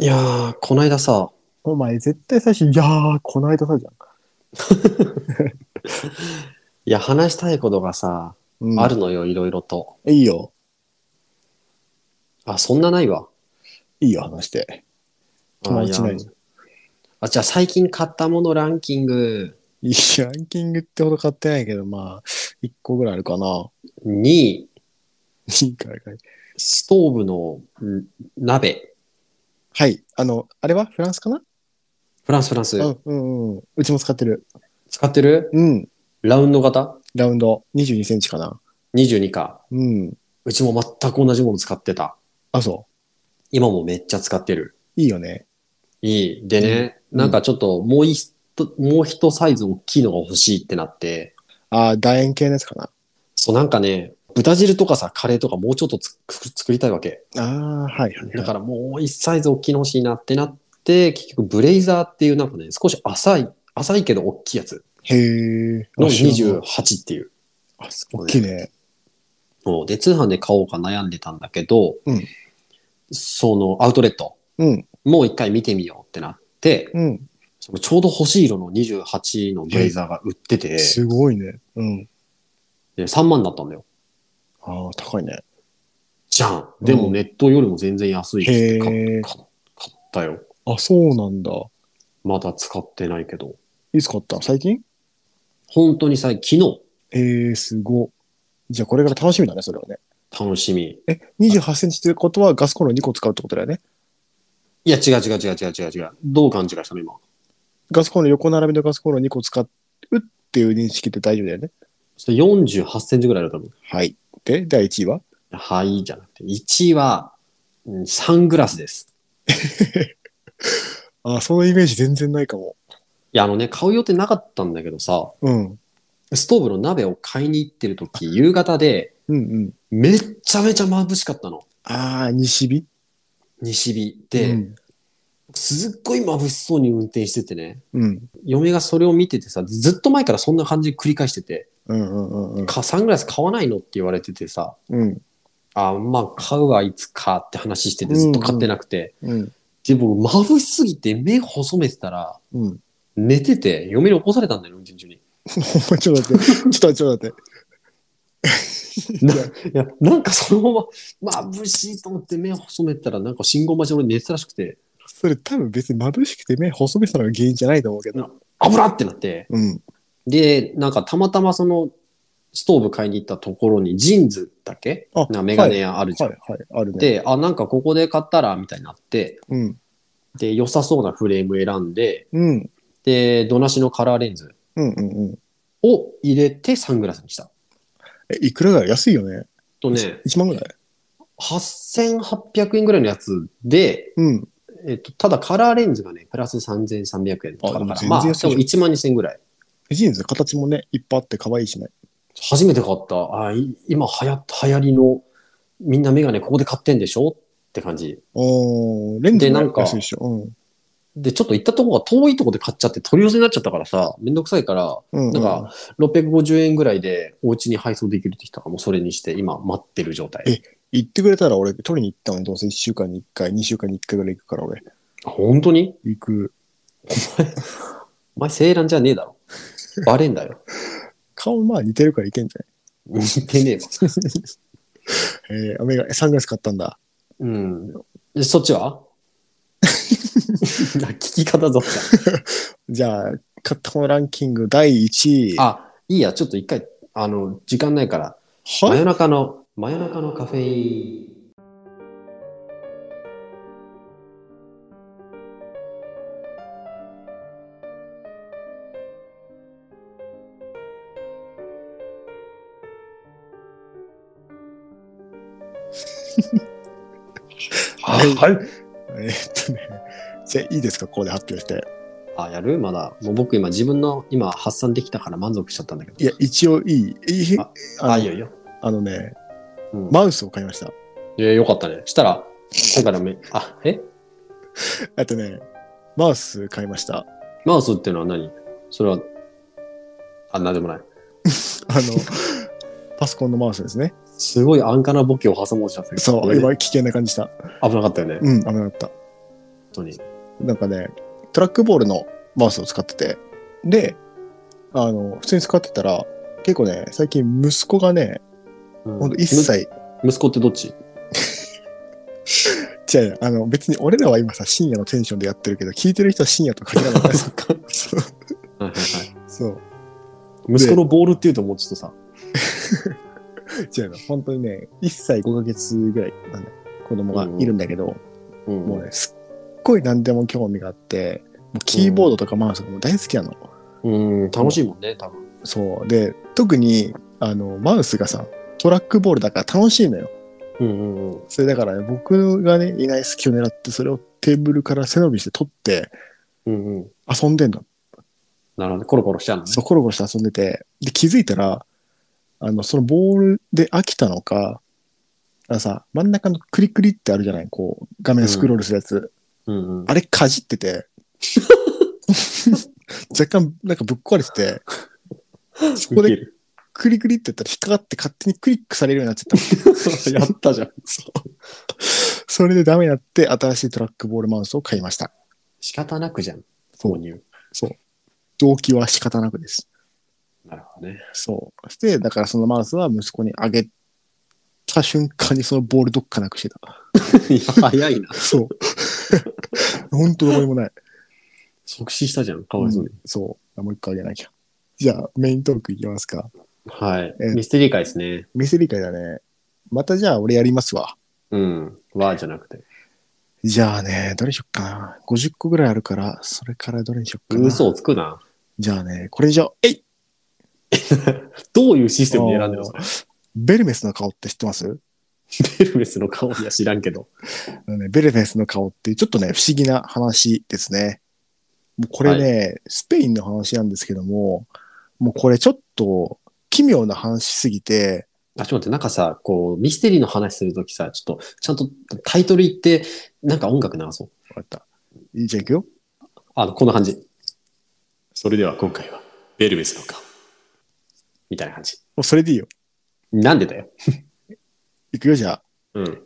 いやー、こないださ、お前、絶対最初、いやー、この間さ、じゃん。いや、話したいことがさ、うんあるのよ、いろいろと。いいよ。あ、そんなないわ。いいよ、話して。友あい達なやいじゃんあ、じゃあ最近買ったものランキングいや、ランキングってほど買ってないけど、まあ、1個ぐらいあるかな。 2位、いいからかい。ストーブのん鍋。はい。あの、あれはフランスかなフランス、フランス。うん、うん、うん。うちも使ってる。使ってるうん。ラウンド型ラウンド、22センチかな。 ?22 か。うん。うちも全く同じもの使ってた。あ、そ今もめっちゃ使ってる。う。いいよね。いい。でね、うんなんかちょっともう一、もう一サイズ大きいのが欲しいってなって、あー、楕円形のやつかな。そうなんかね、豚汁とかさ、カレーとかもうちょっとつく作りたいわけ。あー、はい、はいはい。だからもう一サイズ大きいの欲しいなってなって、結局ブレイザーっていうなんかね、少し浅い、浅いけど大きいやつへー。のあ知らない28っていう。あ、すごい。大きいね。そうで、通販で買おうか悩んでたんだけど、うんそのアウトレット、うん、もう一回見てみようってなって、うん。そのちょうど欲しい色の28のブレイザーが売ってて、すごいね。うん。で3万だったんだよ。あー、高いね。じゃん。でもネットよりも全然安いっつって買へー買買ったよ。あ、そうなんだ。まだ使ってないけど。いつ買った最近本当にさ、昨日、えー、すご。じゃあこれから楽しみだね、それはね。楽しみ。え、28センチってことはガスコンロ2個使うってことだよね。いや、違う違う違う違う違う違う。どう勘違いしたの今。ガスコンロ横並びのガスコンロ2個使うっていう認識って大丈夫だよね。そして48センチぐらいだと思う。はい。で、第1位ははい、じゃなくて。1位は、うんサングラスです。あ、そのイメージ全然ないかも。いや、あのね、買う予定なかったんだけどさ、うん。ストーブの鍋を買いに行ってる 時、夕方で、うんうん。めっちゃめちゃ眩しかったの。あー、西日西日で、うん。すっごい眩しそうに運転しててね。うん。嫁がそれを見ててさ、ずっと前からそんな感じで繰り返してて、うんうんうんかサングラス買わないのって言われててさ、うん。あ、まあ、買うはいつかって話してて、ずっと買ってなくて。うん。で、僕、眩しすぎて目細めてたら、うん。 寝てて、嫁に起こされたんだよね、運転中に。お前ちょっと待って。ちょっと待って、ちょっと待って。ないや、なんかそのまま、眩しいと思って目細めてたら、なんか信号待ちで俺寝てたらしくて、それ多分別に眩しくて目細めたのが原因じゃないと思うけど。危なってなって。うん。で、なんかたまたまその、ストーブ買いに行ったところにジーンズだっけあなんかメガネ屋あるじはゃいん。はい。あるね。、で、あ、なんかここで買ったら、みたいになって、うん。で、良さそうなフレーム選んで、うん。で、土なしのカラーレンズ。うんうんうん。を入れてサングラスにした。え、いくらが安いよね。とね、 1万ぐらい8800円ぐらいのやつで、うん。えっと、ただカラーレンズがね、プラス3300円とかだからあ、でも全然まあ、でも安いじゃ1ん万2000円ぐらい。ジーンズ形もね、いっぱいあって可愛いしね。初めて買った。あい今流行っ、流行りの、みんなメガネここで買ってんでしょって感じ。おーレンズでもなんか安いでしょ。で、ちょっと行ったとこが遠いとこで買っちゃって取り寄せになっちゃったからさ、めんどくさいから、うん。うん。なんか、650円ぐらいでお家に配送できるってきたから、もうそれにして今待ってる状態。え行ってくれたら俺、取りに行ったのどうせ1週間に1回、2週間に1回ぐらい行くから俺。あ本当に行く。お前、セーランじゃねえだろ。バレんだよ。顔まあ似てるから行けんじ似てねえわ。ゃないえー、メガネサングラス買ったんだ。うん。えそっちは聞き方ぞ。じゃあ、買ったものランキング第1位。あ、いいや、ちょっと一回、あの、時間ないから、真はい夜中の、真夜中のカフェイン。はいはい。えーっとね。じゃあ、いいですかここで発表して。あ、やるまだ。もう僕今自分の今発散できたから満足しちゃったんだけど。いや、一応いい。いいあのあ、いいよいいよ。あのね、うんマウスを買いました。いや、よかったね。したら、今回のめ、あ、えあとね、マウス買いました。マウスっていうのは何それは、あ、なんでもない。あの、パソコンのマウスですね。すごい安価なボケを挟もうとしたんだけどそう、やべ今危険な感じした。危なかったよね。うん、危なかった。当に。なんかね、トラックボールのマウスを使ってて、で、あの、普通に使ってたら、結構ね、最近息子がね、うんほんと1。歳、む息子ってどっち違う違うあの、別に俺らは今さ、深夜のテンションでやってるけど、聞いてる人は深夜と限らな いからさそう。はいはいはいそう。息子のボールっていうともうちょっとさ、違うの。本当にね、1歳5ヶ月ぐらいなんだ子供がいるんだけど、うんもうね、すっごい何でも興味があって、もうキーボードとかマウスがもう大好きなの。うん、楽しいもんね、多分。そう。で、特に、あの、マウスがさ、トラックボールだから楽しいのよ。うんうんうん。それだからね、僕がね、いない隙を狙って、それをテーブルから背伸びして取ってうんうん。遊んでんの。なるほど、コロコロしちゃうのねそう、。コロコロして遊んでて。で、気づいたら、あの、そのボールで飽きたのか、あのさ、真ん中のクリクリってあるじゃないこう、画面スクロールするやつ。うんうん。あれかじってて、 若干なんかぶっ壊れてて、そこウケでるクリクリってやったら引っかかって勝手にクリックされるようになっちゃった。や ったじゃん。それでダメになって、新しいトラックボールマウスを買いました。仕方なくじゃん、そう購入。動機は仕方なくです。なるほどね。そう。して、だからそのマウスは息子にあげた瞬間にそのボールどっかなくしてた。いや 早いな。そう。 ほんとどこにもない。即死したじゃん、かわいそうに。そう。もう一回あげなきゃ。じゃあ、メイントークいきますか。はいえ。ミステリー会ですね。ミス理解だね。またじゃあ、俺やりますわ。うん。わーじゃなくて。じゃあね、どれにしよっかな。50個ぐらいあるから、それからどれにしよっかな。嘘をつくな。じゃあね、これ以上、えいどういうシステムで選んでるのベルメスの顔って知ってますベルメスの顔いや知らんけど。あのねベルメスの顔っていうちょっとね、不思議な話ですね。もうこれね、スペインの話なんですけども、もうこれちょっと奇妙な話すぎて、あ、ちょっと待って、なんかさ、こう、ミステリーの話するときさ、ちょっと、ちゃんとタイトル言って、なんか音楽流そう。わかった。じゃあ行くよ。あの、こんな感じ。それでは今回は、ベルメスの顔。みたいな感じ。もうそれでいいよ。なんでだよ。行くよ、じゃあ。うん。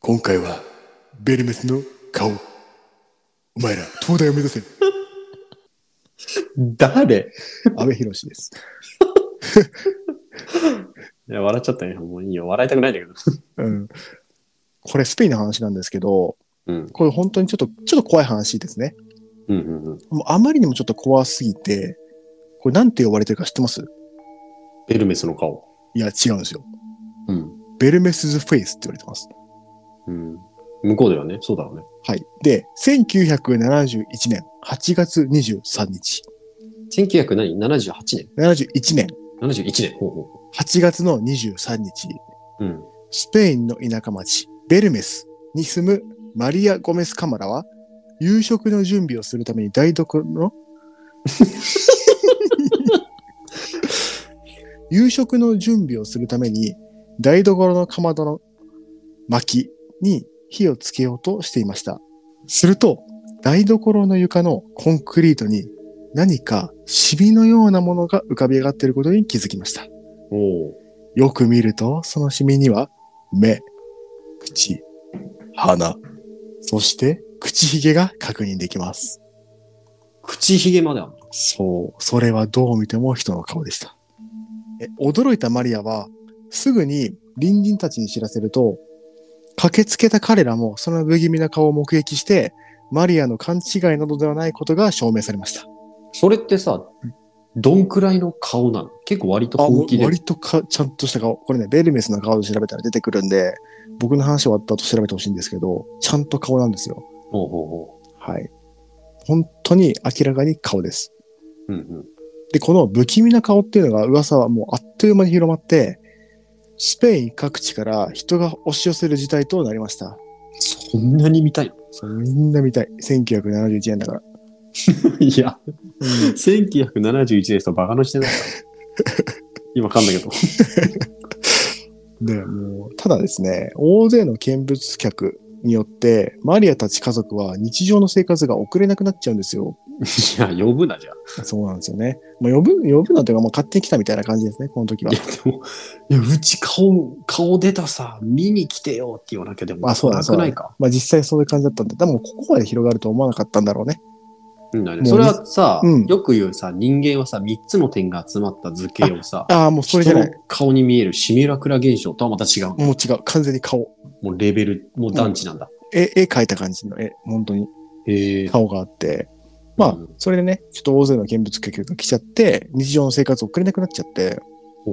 今回はベルメスの顔お前ら東大を目指せ誰安部寛ですいや、笑っちゃったよ。もういいよ。笑いたくないんだけど。うんこれスペインの話なんですけどうん。これ本当にちょっとちょっと怖い話ですねうんうんうん。もうあまりにもちょっと怖すぎてこれなんて呼ばれてるか知ってますベルメスの顔。いや違うんですようん。ベルメスズフェイスって言われてますうん。向こうではね、そうだろうね。はいで1971年8月23日1978年71年 ?71 年。ほうほ8月の23日う。うん。スペインの田舎町ベルメスに住むマリア・ゴメス・カマラは夕食の準備をするために台所の 夕食の準備をするために台所のかまどの薪に火をつけようとしていました。すると台所の床のコンクリートに何かシミのようなものが浮かび上がっていることに気づきました。おお。よく見ると、そのシミには、目、口、鼻、そして、口ひげが確認できます。口ひげまであんのそう、それはどう見ても人の顔でした。え驚いたマリアは、すぐに隣人たちに知らせると、駆けつけた彼らもその不気味な顔を目撃して、マリアの勘違いなどではないことが証明されました。それってさ、どんくらいの顔なの結構割とあ、本気で。割とか、ちゃんとした顔。これね、ベルメスの顔で調べたら出てくるんで、僕の話終わった後調べてほしいんですけど、ちゃんと顔なんですよ。ほうほうほはい。本当に明らかに顔です。う。うんうん。で、この不気味な顔っていうのが噂はもうあっという間に広まって、スペイン各地から人が押し寄せる事態となりました。そんなに見たいのそうみんな見たい。1971年だから。 いや、1971年とバカのしてないから。 今噛んだけど。で、もう、ただですね、大勢の見物客によって、マリアたち家族は日常の生活が送れなくなっちゃうんですよ。いや、呼ぶな、じゃあ。そうなんですよね。もう呼ぶ、呼ぶなというか、もう買ってきたみたいな感じですね、この時はいや、。でも、いや、うち顔、顔出たさ、見に来てよって言わなきゃでも、あそうだなくないか。まあ実際そういう感じだったんで、多分ここまで広がると思わなかったんだろうね。うんだねもうそれはさ、うんよく言うさ、人間はさ、3つの点が集まった図形をさ、ああ、もうそれじゃない。人の顔に見えるシミュラクラ現象とはまた違うの。もう違う。完全に顔。もうレベル、もう団地なんだ。絵、絵描いた感じの絵。本当にへえ。顔があって。まあうん、それでね、ちょっと大勢の見物客が来ちゃって、日常の生活を送れなくなっちゃって、ほ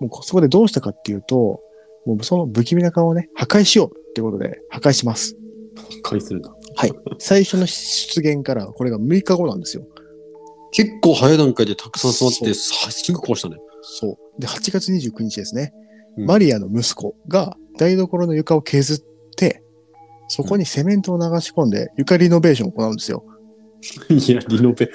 うもうそこでどうしたかっていうと、もうその不気味な顔をね、破壊しようってことで、破壊します。破壊するんだ。最初の出現から、これが6日後なんですよ。結構早い段階でたくさん座って、そうさすぐ壊したね。そう。で、8月29日ですね、うんマリアの息子が台所の床を削って、そこにセメントを流し込んで、床リノベーションを行うんですよ。いや、リノベ。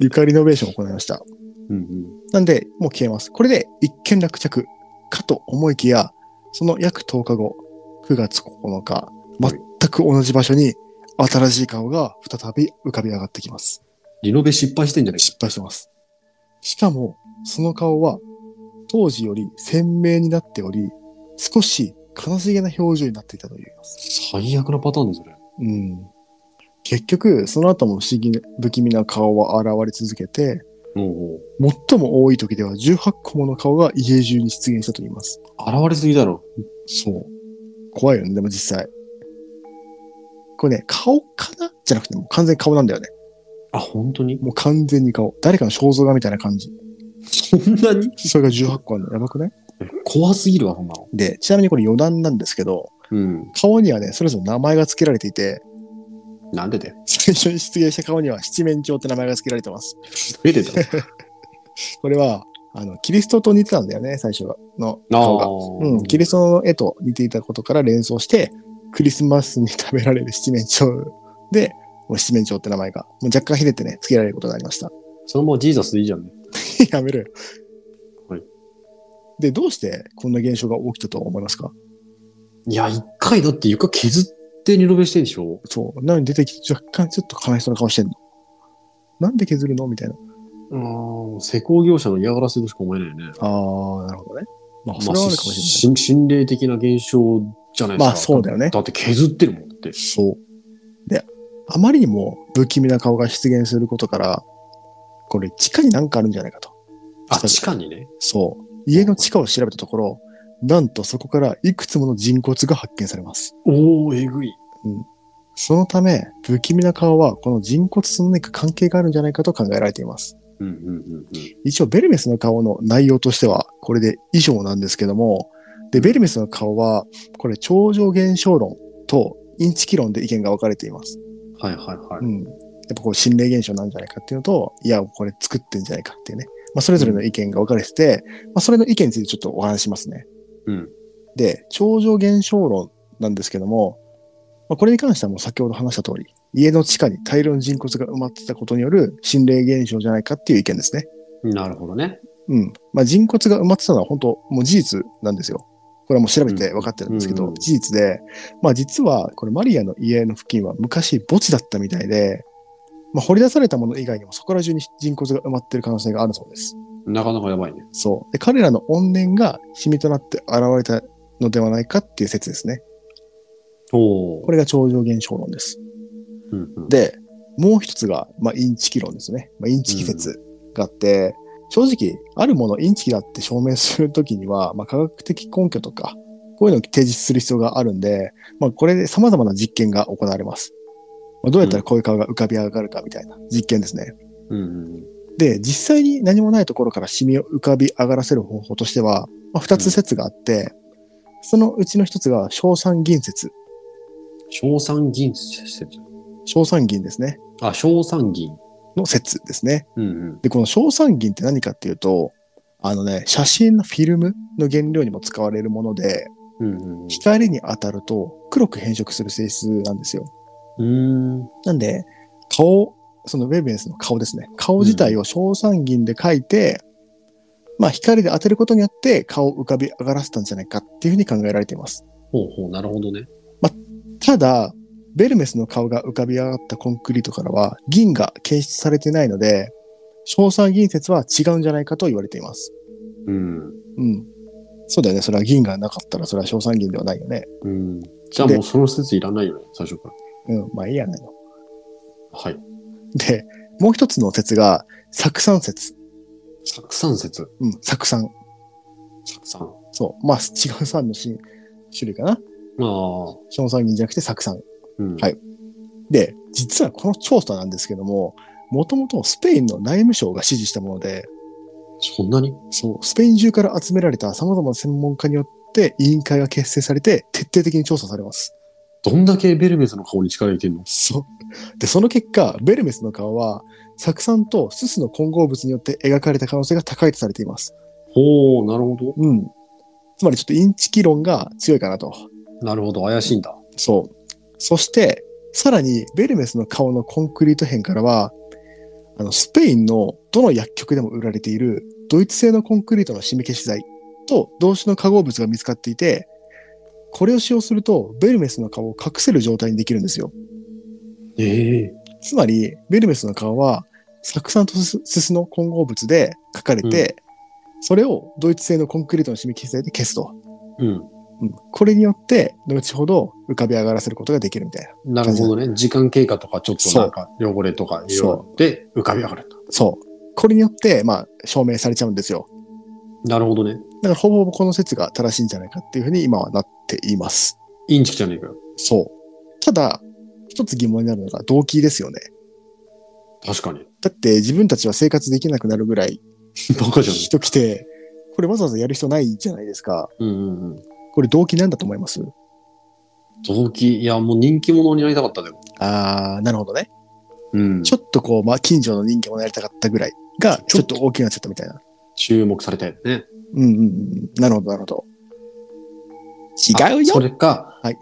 床リノベーションを行いました。うんうん。なんで、もう消えます。これで一件落着かと思いきや、その約10日後、9月9日、はい全く同じ場所に新しい顔が再び浮かび上がってきます。リノベ失敗してんじゃない失敗してます。しかも、その顔は当時より鮮明になっており、少し悲しげな表情になっていたと言います。最悪なパターンですね。うん。結局、その後も不思議な、不気味な顔は現れ続けて、もう、最も多い時では18個もの顔が家中に出現したと言います。現れすぎだろ。そう。怖いよね、でも実際。これね、顔かなじゃなくて、もう完全に顔なんだよね。あ、本当にもう完全に顔。誰かの肖像画みたいな感じ。そんなにそれが18個あるの、やばくない怖すぎるわ、そんなの。で、ちなみにこれ余談なんですけど、うん。顔にはね、それぞれ名前が付けられていて、なんでだ よ。最初に出現した顔には七面鳥って名前が付けられてます。出てた。これは、あの、キリストと似てたんだよね、最初の顔が。ーうん、キリストの絵と似ていたことから連想して、クリスマスに食べられる七面鳥で、もう七面鳥って名前が、もう若干ひねってね、付けられることになりました。 そのままジーザスでいいじゃんね。やめろよ。はい。で、どうしてこんな現象が起きたと思いますかいや、一回だって床削ってリノベしてんでしょそう。なのに出てきて、若干ちょっと悲しそうな顔してんの。なんで削るのみたいな。うん。施工業者の嫌がらせとしか思えないよね。あー、なるほどね。まあ、まそあれはあるかもし心心霊的な現象じゃなれないい。まあ、ですか。そうだよね。だって削ってるもんだって。そう。で、あまりにも不気味な顔が出現することから、これ地下になんかあるんじゃないかと。あ、そう地下にね。そう。家の地下を調べたところ、なんとそこからいくつもの人骨が発見されます。おー、えぐい。そのため、不気味な顔はこの人骨と何か関係があるんじゃないかと考えられています。うんうんうん一応、ベルメスの顔の内容としては、これで以上なんですけども、で、ベルメスの顔は、これ、超常現象論とインチキ論で意見が分かれています。うん。はいはいはうい。ん。やっぱこう、心霊現象なんじゃないかっていうのと、いや、これ作ってんじゃないかっていうね。まあ、それぞれの意見が分かれてて、まあ、それの意見についてちょっとお話しますね。うん。で、超常現象論なんですけども、まあ、これに関してはもう先ほど話した通り、家の地下に大量の人骨が埋まってたことによる心霊現象じゃないかっていう意見ですね。なるほどね。うん。まあ、人骨が埋まってたのは本当もう事実なんですよ。これはもう調べて分かってるんですけど、うん事実で、まあ実はこれマリアの家の付近は昔墓地だったみたいで、まあ掘り出されたもの以外にもそこら中に人骨が埋まってる可能性があるそうです。なかなかやばいね。そう。で、彼らの怨念がシミとなって現れたのではないかっていう説ですね。おーこ。れが超常現象論です。うんうんで、もう一つが、まあ、インチキ論ですね。まあ、インチキ説があって、正直、あるものをインチキだって証明するときには、まあ、科学的根拠とか、こういうのを提示する必要があるんで、まあ、これで様々な実験が行われます。まあ、どうやったらこういう顔が浮かび上がるかみたいな実験ですね。うんうんうん。で、実際に何もないところからシミを浮かび上がらせる方法としては、まあ、二つ説があって、そのうちの一つが、硝酸銀説。硝酸銀説。硝酸銀ですね。あ、硝酸銀。の説ですね。うんうん。で、この硝酸銀って何かっていうと、あのね、写真のフィルムの原料にも使われるもので、うんうん光に当たると黒く変色する性質なんですよ。うん。うなんで、顔、そのウェルベンスの顔ですね。顔自体を硝酸銀で描いて、まあ光で当てることによって顔を浮かび上がらせたんじゃないかっていうふうに考えられています。ーん。ほうほう、なるほどね。ただ、ベルメスの顔が浮かび上がったコンクリートからは銀が検出されてないので、硝酸銀説は違うんじゃないかと言われています。うん。うん。そうだよね。それは銀がなかったらそれは硝酸銀ではないよね。うん。じゃあもうその説いらないよね、最初から。うん。まあいいやないの。はい。で、もう一つの説が、酢酸説。酢酸説。うん。酢酸。酢酸。そう。まあ違う酸の種類かな。ああ。硝酸銀じゃなくて酢酸。うん。はいで、実はこの調査なんですけども、もともとスペインの内務省が指示したもので、そんなにそう、スペイン中から集められた様々な専門家によって委員会が結成されて徹底的に調査されます。どんだけベルメスの顔に力入れてんのそう。で、その結果、ベルメスの顔は、酢酸とススの混合物によって描かれた可能性が高いとされています。ほう、なるほど。うん。つまりちょっとインチキ論が強いかなと。なるほど、怪しいんだ。そう。そして、さらに、ベルメスの顔のコンクリート片からは、あの、スペインのどの薬局でも売られている、ドイツ製のコンクリートの締め消し剤と同種の化合物が見つかっていて、これを使用すると、ベルメスの顔を隠せる状態にできるんですよ。ええつまり、ベルメスの顔は、酢酸とスススの混合物で書かれて、それをドイツ製のコンクリートの締め消し剤で消すと。うん、これによって、後ほど浮かび上がらせることができるみたいな。うん。なるほどね。時間経過とか、ちょっとなんか、汚れとか、いろいろで浮かび上がると。そう。これによって、まあ、証明されちゃうんですよ。なるほどね。だから、ほぼほぼこの説が正しいんじゃないかっていうふうに今はなっています。インチキじゃねえかよ。そう。ただ、一つ疑問になるのが動機ですよね。確かに。だって、自分たちは生活できなくなるぐらいバカじゃん。人来て、これわざわざやる人ないじゃないですか。うんうんうん。これ動機なんだと思います動機、いや、もう人気者になりたかったでも。あー、なるほどね。うん。ちょっとこう、まあ、近所の人気もやりたかったぐらいが、ちょっと大きくなっちゃったみたいな。注目されたよね。うんうんうん。なるほど、なるほど。違うあそよれか、はい。い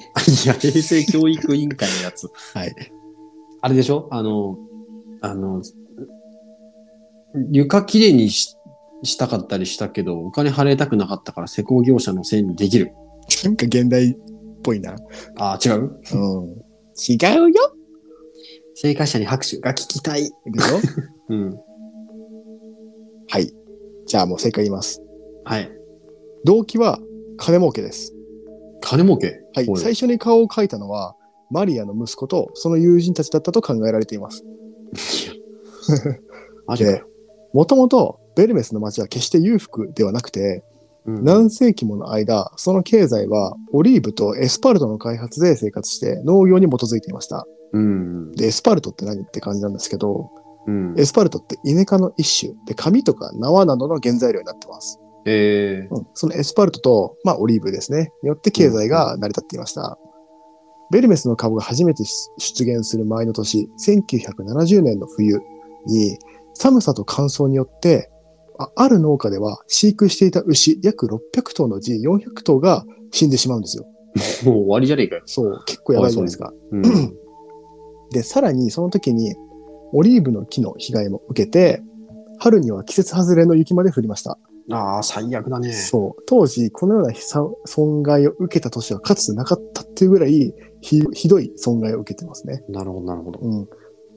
や、平成教育委員会のやつ。はい。あれでしょあの、あの、床きれいにししたかったりしたけど、お金払いたくなかったから施工業者のせいにできる。なんか現代っぽいな。ああ、違ううん違うよ。正解者に拍手が聞きたい。いくようん。 はい。じゃあもう正解言います。はい。動機は金儲けです。金儲け。はいお。最初に顔を描いたのは、マリアの息子とその友人たちだったと考えられています。マジかよ。もともと、ベルメスの町は決して裕福ではなくて、うん何世紀もの間、その経済はオリーブとエスパルトの開発で生活して農業に基づいていました。うん。で、エスパルトって何って感じなんですけど、うん。エスパルトってイネ科の一種で、紙とか縄などの原材料になってます。えーうんそのエスパルトと、まあ、オリーブですね、によって経済が成り立っていました。ベルメスの株が初めて出現する前の年、1970年の冬に、寒さと乾燥によって、あある農家では飼育していた牛約600頭のうち400頭が死んでしまうんですよ。もう終わりじゃねえかよ。そう、結構やばいじゃないですか。うん。で、さらにその時に、オリーブの木の被害も受けて、春には季節外れの雪まで降りました。ああ、最悪だね。そう。当時、このような悲惨損害を受けた年はかつてなかったっていうぐらいひ、ひどい損害を受けてますね。なるほど、なるほど。うん。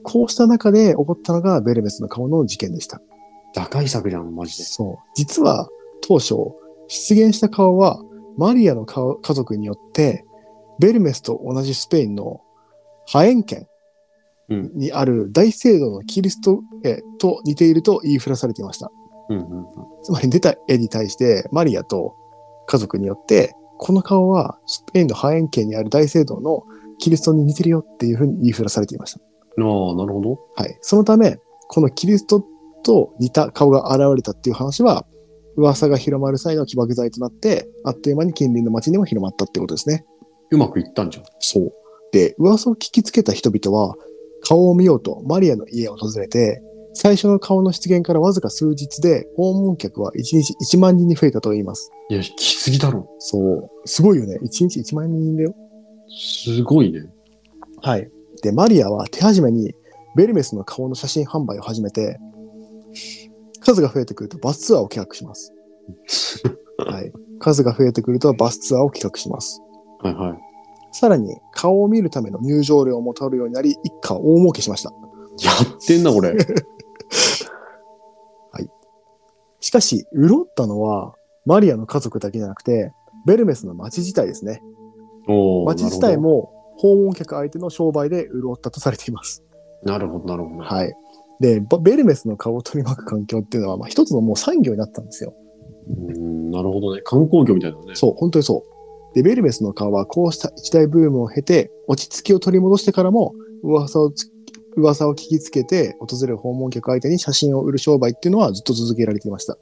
こうした中で起こったのがベルベスの顔の事件でした。打開策じゃん、マジで。そう。実は、当初、出現した顔は、マリアの顔家族によって、ベルメスと同じスペインのハエン県うんにある大聖堂のキリスト絵と似ていると言いふらされていました。うんうんつまり出た絵に対して、マリアと家族によって、この顔はスペインの半円形にある大聖堂のキリストに似てるよっていうふうに言いふらされていました。うん。ああ、なるほど。はい。そのため、このキリストと似た顔が現れたっていう話は、噂が広まる際の起爆剤となって、あっという間に近隣の町にも広まったってことですね。うまくいったんじゃん。そう。で、噂を聞きつけた人々は、顔を見ようとマリアの家を訪れて、最初の顔の出現からわずか数日で、訪問客は1日1万人に増えたといいます。いや、引きすぎだろ。そう。すごいよね。1日1万人だよ。すごいね。はい。で、マリアは手始めに、ベルメスの顔の写真販売を始めて、数が増えてくるとバスツアーを企画します。はい。数が増えてくるとバスツアーを企画します。はいはい。さらに顔を見るための入場料も取るようになり、一家は大儲けしました。やってんな、こ れ。しかし、潤ったのは、マリアの家族だけじゃなくて、ベルメスの町自体ですね。おー町自体。も訪問客相手の商売で潤ったとされています。なるほど、なるほど。なるほどはい。で、バベルメスの顔を取り巻く環境っていうのは、まあ、一つのもう産業になったんですよ。うーんなるほどね。観光業みたいなね。そう、本当にそう。で、ベルメスの顔はこうした一大ブームを経て、落ち着きを取り戻してからも、噂をつ噂を聞きつけて、訪れる訪問客相手に写真を売る商売っていうのはずっと続けられていました。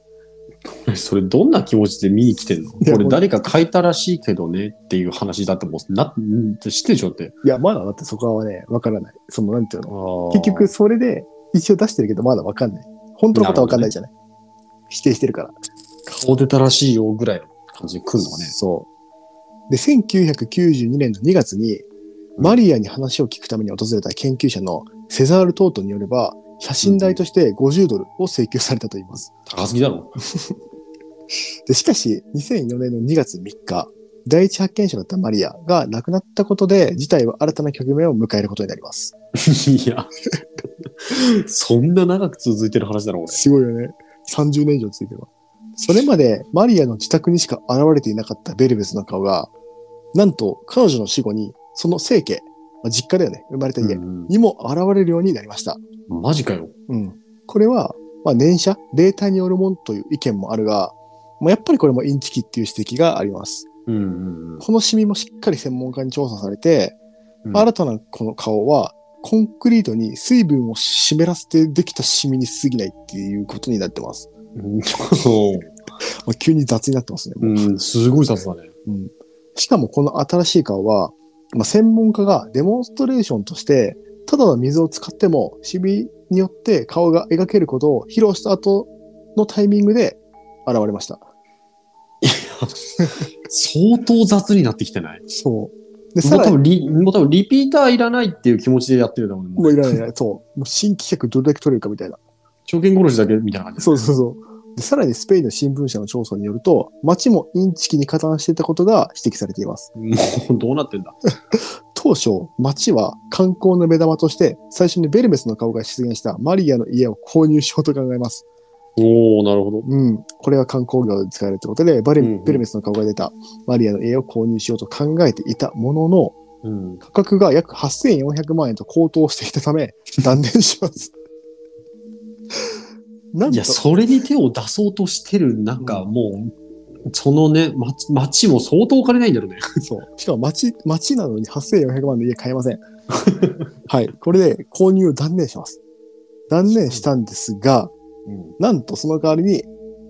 それどんな気持ちで見に来てんのこいやれ誰か書いたらしいけどねっていう話だってもう、な、ん知ってるでしょって。いや、まだだってそこはね、わからない。その、なんていうの。結結局、それで一応出してるけど、まだわかんない。本当のことはわかんないじゃない。否定してるから。顔出たらしいよぐらいの感じで来るのがね。そう。で、1992年の2月に、うんマリアに話を聞くために訪れた研究者のセザール・トートによれば、写真代として50ドルを請求されたといいます。高すぎだろ。 で、しかし、2004年の2月3日、第一発見者だったマリアが亡くなったことで、事態は新たな局面を迎えることになります。いや、 そんな長く続いてる話だろ、俺。すごいよね。30年以上ついてるわ。それまでマリアの自宅にしか現れていなかったベルベスの顔が、なんと彼女の死後に、その生家、まあ、実家だよね、生まれた家うんにも現れるようになりました。マジかよ。うん。これは、まあ、念写、霊体によるもんという意見もあるが、まあ、やっぱりこれもインチキっていう指摘があります。うん うんうん。このシミもしっかり専門家に調査されて、うん新たなこの顔は、コンクリートに水分を湿らせてできたシミに過ぎないっていうことになってます。まあ、急に雑になってますね。うん、すごい雑だね。しかもこの新しい顔は、まあ、専門家がデモンストレーションとして、ただの水を使っても、シミによって顔が描けることを披露した後のタイミングで現れました。相当雑になってきてないそう。で、もさうら多に、分リ、もう多分リピーターいらないっていう気持ちでやってるだもんね。もういらないいらない。 そう。もう新規客どれだけ取れるかみたいな。証券殺しだけみたいな感じ。そうそうそう。でさらにスペインの新聞社の調査によると、街もインチキに加担していたことが指摘されています。もうどうなってんだ。当初、町は観光の目玉として、最初にベルメスの顔が出現したマリアの家を購入しようと考えます。おおなるほど。うん。これは観光業で使われるということで、バレうんうんベルメスの顔が出たマリアの家を購入しようと考えていたものの、うん。価格が約8400万円と高騰していた ため、断念します。なんいとや、、それに手を出そうとしてる中、うもう、そのね、ま、町も相当お金ないんだろうね。そう。しかも町、町なのに8400万の家買えません。はい。これで購入を断念します。断念したんですが、なんとその代わりに、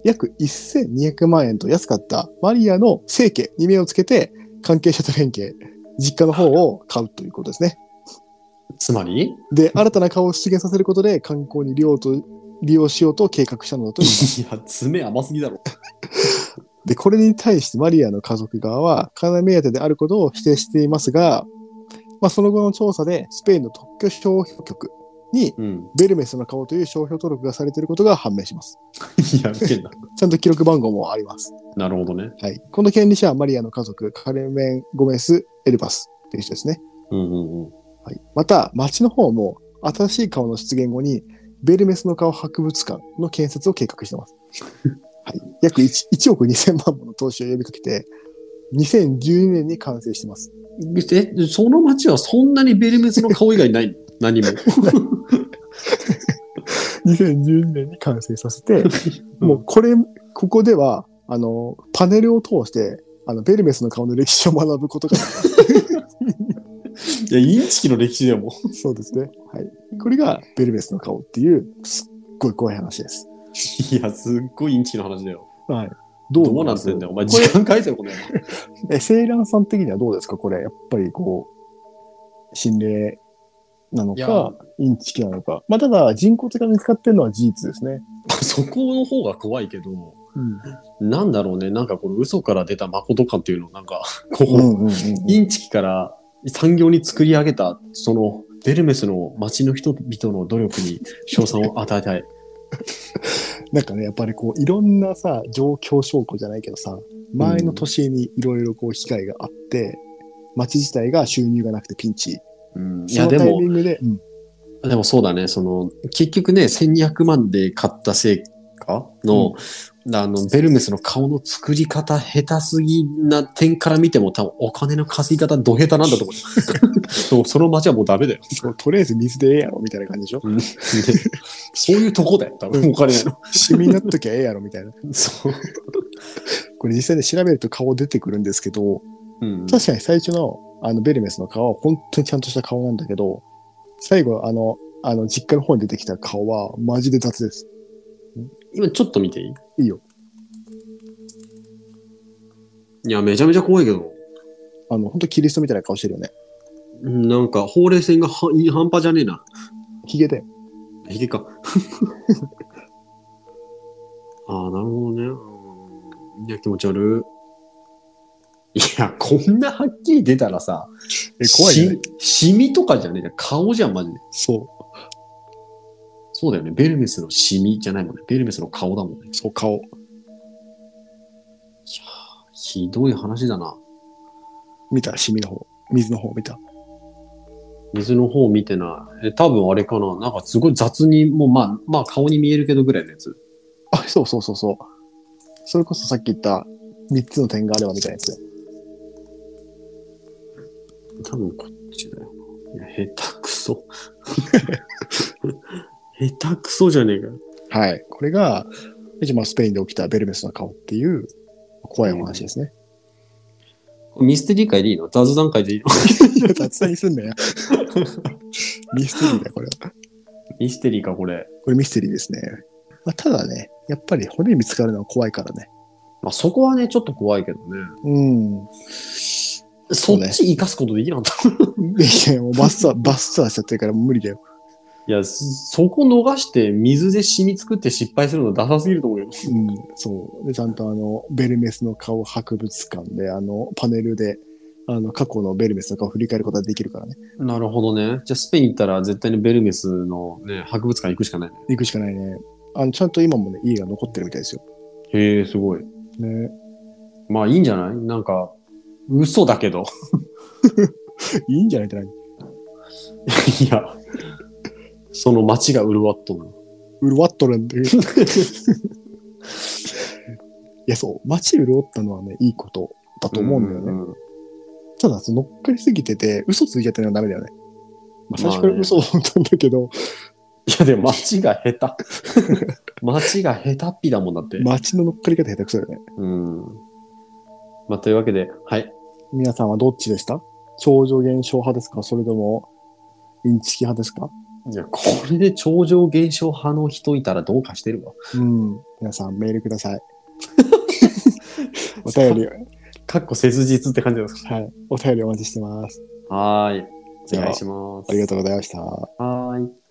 約1200万円と安かったマリアの生家に目をつけて、関係者と連携、実家の方を買うということですね。つまりで、新たな顔を出現させることで、観光に利用と、利用しようと計画したのだと いいいます。や、爪甘すぎだろ。で、これに対してマリアの家族側は、金目当てであることを否定していますが、まあ、その後の調査で、スペインの特許商標局に、うん。ベルメスの顔という商標登録がされていることが判明します。 いや、ウケんな。ちゃんと記録番号もあります。なるほどね。はい。この権利者はマリアの家族、カレメン・ゴメス・エルバスという人ですね。うんうんうん。はい。また、町の方も、新しい顔の出現後に、ベルメスの顔博物館の建設を計画して ます。はい。約 1, 1億2000万もの投資を呼びかけて、2012年に完成してます。え、その町はそんなにベルメスの顔以外 ないの何も。 2012年に完成させ て、もうこれ、ここでは、あの、パネルを通して、あの、ベルメスの顔の歴史を学ぶことがいや、インチキの歴史だよ、もう。そうですね。はい。これがベルベスの顔っていう、すっごい怖い話です。いや、すっごいインチキの話だよ。はい。どうなってんだよ。お前、こ時れ間返せよ、この野郎え、セイランさん的にはどうですかこれ、やっぱりこう、心霊なのいやか、インチキなのか。まあ、ただ、人骨が見つかってるのは事実ですね。そこの方が怖いけど、うん。なんだろうね、なんかこの嘘から出た誠感というのをなん か、こう、うんうんうんインチキから産業に作り上げた、その、ベルメスの町の人々の努力に賞賛を与えたい。なんかね、やっぱりこう、いろんなさ、状況証拠じゃないけどさ、前の年にいろいろこう、被害があって、町自体が収入がなくてピンチ。うん、いそや、のでタイもミ、ングで、うんでもそうだね、その、結局ね、1200万で買った成果の、あの、ベルメスの顔の作り方下手すぎな点から見ても、多分お金の稼ぎ方ど下手なんだと思 う。もうその街はもうダ メだよ。そうとりあえず水でええやろみたいな感じでしょ。うんでそういうとこだよ、多分お金ないの。 シミになっときゃええやろみたいな。そう。これ実際で調べると顔出てくるんですけど、うん。確かに最初のあのベルメスの顔は本当にちゃんとした顔なんだけど、最後あの、あの実家の方に出てきた顔はマジで雑です。今ちょっと見ていいいいよ。いや、めちゃめちゃ怖いけど、あの、本当キリストみたいな顔してるよね。うんなんか、ほうれい線がはいい半端じゃねえな。ヒゲだよ。ひげか。 ああ、なるほどね。うんいや、気持ち悪い。いや、こんなはっきり出たらさ、え、怖いよね。しシミとかじゃねえじゃん。顔じゃん、マジで。そそうだよね。ベルメスのシミじゃないもんね。ベルメスの顔だもんね。う、そう、顔。ひどい話だな。見たシミの方。水の方見た。水の方見てない。え、多分あれかな。なんかすごい雑に、もうまあ、まあ顔に見えるけどぐらいのやつ。あ、そうそうそうそう。それこそさっき言った3つの点があればみたいなやつよ。多分こっちだよな。いや、下手くそ。 下手くそじゃねえかよ。はい。これが、一番スペインで起きたベルメスの顔っていう怖いお話ですね。ミステリー界でいいの雑談会でいいのいや、 雑談にすんなよ。ミステリーだよ、これは。 ミステリーか、これ。これミステリーですね。まあ、ただね、やっぱり骨見つかるのは怖いからね。まあ、そこはね、ちょっと怖いけどね。うん。そそうっねち生かすことできなかった。いや、もうバッサー、 バッサーしちゃってるからもう無理だよ。いや、そそこ逃して水で染み作って失敗するのダサすぎると思うよ。うん、そう。で、ちゃんとあの、ベルメスの顔博物館で、あの、パネルで、あの、過去のベルメスの顔を振り返ることができるからね。なるほどね。じゃあ、スペイン行ったら絶対にベルメスのね、博物館行くしかないね。行くしかないね。あの、ちゃんと今もね、家が残ってるみたいですよ。へえ、すごい。ね。まあいいんじゃないなんか、嘘だけど。いいんじゃないってない いや、その街が潤っとる。潤っとるんだけどいや、そう。街潤ったのはね、いいことだと思うんだよね。んうんただ、その乗っかりすぎてて、嘘ついちゃってるのはダメだよね。まあ、最初かまあらね嘘を思ったんだけど、いや、でも街が下 手。街が下手っぴだもんだって。街の乗っかり方下手くそだよね。うん。まあ、というわけで、はい。皆さんはどっちでした超常現象派ですかそれとも、インチキ派ですかいや、これで超常現象派の人いたらどうかしてるわ。うん。皆さん、メールくだ さい。お便り、かっこ切実って感じですか。はい。お便りお待ちしてます。はーい。お願いします。ありがとうございました。う。はーい。